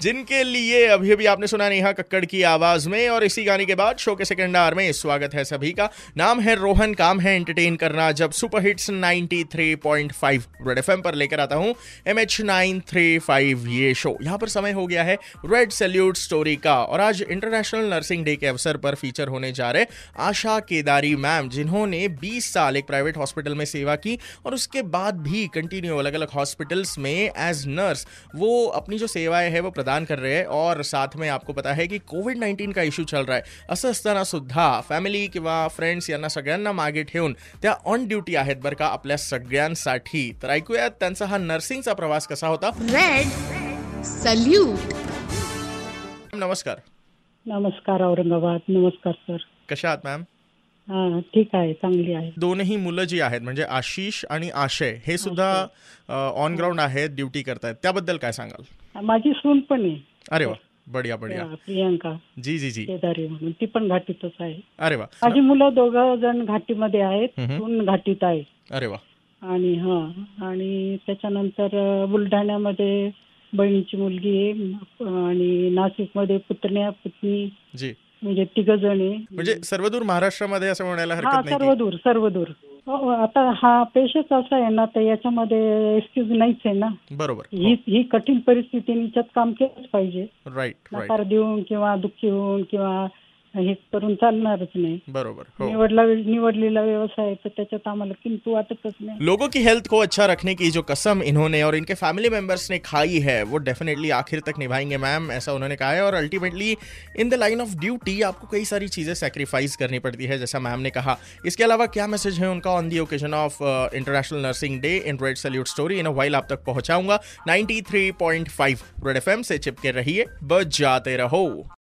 जिनके लिए अभी अभी आपने सुना नेहा कक्कड़ की आवाज में और इसी गाने के बाद शो के सेकंड आवर में स्वागत है सभी का नाम है रोहन काम है एंटरटेन करना जब सुपर हिट्स 93.5 रेड एफएम पर लेकर आता हूं एम एच ये शो यहाँ पर समय हो गया है रेड सैल्यूट स्टोरी का और आज इंटरनेशनल नर्सिंग डे के अवसर पर फीचर होने जा रहे आशा केदारी मैम जिन्होंने 20 साल एक प्राइवेट हॉस्पिटल में सेवा की और उसके बाद भी कंटिन्यू अलग अलग हॉस्पिटल्स में एज नर्स वो अपनी जो सेवाएं है वो प्रदान कर रहे हैं और साथ में आपको पता है की कोविड नाईन्टीन का इश्यू चल रहा आहे असं असताना सुद्धा फॅमिली किंवा फ्रेंड्स यांना सगळ्यांना मागे ठेवून त्या ऑन ड्युटी आहेत बरं का आपल्या सगळ्यांसाठी तर ऐकूयात त्यांचा हा नर्सिंगचा प्रवास कसा होता रेड सल्यूट नमस्कार नमस्कार औरंगाबाद नमस्कार सर कशा आहात मॅम हां ठीक आहे चांगली आहे दोनही मुलं जी आहेत म्हणजे आशिष आणि आशय हे सुद्धा ऑन ग्राउंड आहेत ड्युटी करतायत त्याबद्दल काय सांगाल माझी सून पण आहे अरे वा हो. बढिया बढिया प्रियांका जी जी जी केदारी म्हणून ती पण घाटीतच आहे अरे वा माझी मुलं दोघं जण घाटीमध्ये आहेत हम्म. सून घाटीत आहे अरे वा आणि हां आणि त्याच्यानंतर अ, बुलढाण्यामध्ये बहिणीची मुलगी आहे अ, आणि नाशिकमध्ये पुतण्या पुतणी जी म्हणजे तिघ जण आहे म्हणजे सर्वदूर महाराष्ट्रामध्ये असं म्हणायला हा हरकत नाही सर्व की- दूर सर्व दूर हो, आता हा पेशच असा आहे ना तर याच्यामध्ये एक्सक्यूज नाहीच आहे ना बरोबर हो. ही ही कठीण परिस्थिती हिच्यात काम केलंच पाहिजे राईट राईट नकार देऊन किंवा दुःखी होऊन किंवा हे करून चालणारच नाही बरोबर हो निवडला निवडलेला व्यवसाय आहे, तर त्याच्यात आम्हाला किंतु वाटतच नाही लोगों की हेल्थ को अच्छा रखने की जो कसम इन्होंने और इनके फैमिली मेंबर्स ने खाई है वो डेफिनेटली आखिर तक निभाएंगे मैम ऐसा उन्होंने कहा है और ultimately in the line of duty आपको कई सारी चीज़ें सेक्रीफाइस करनी पड़ती है जैसा मैम ने कहा इसके अलावा क्या मैसेज है उनका on the occasion of international nursing day in red salute story in while आप तक पहुंचाऊंगा 93.5 रेड एफएम से चिपके रहिए बजाते रहो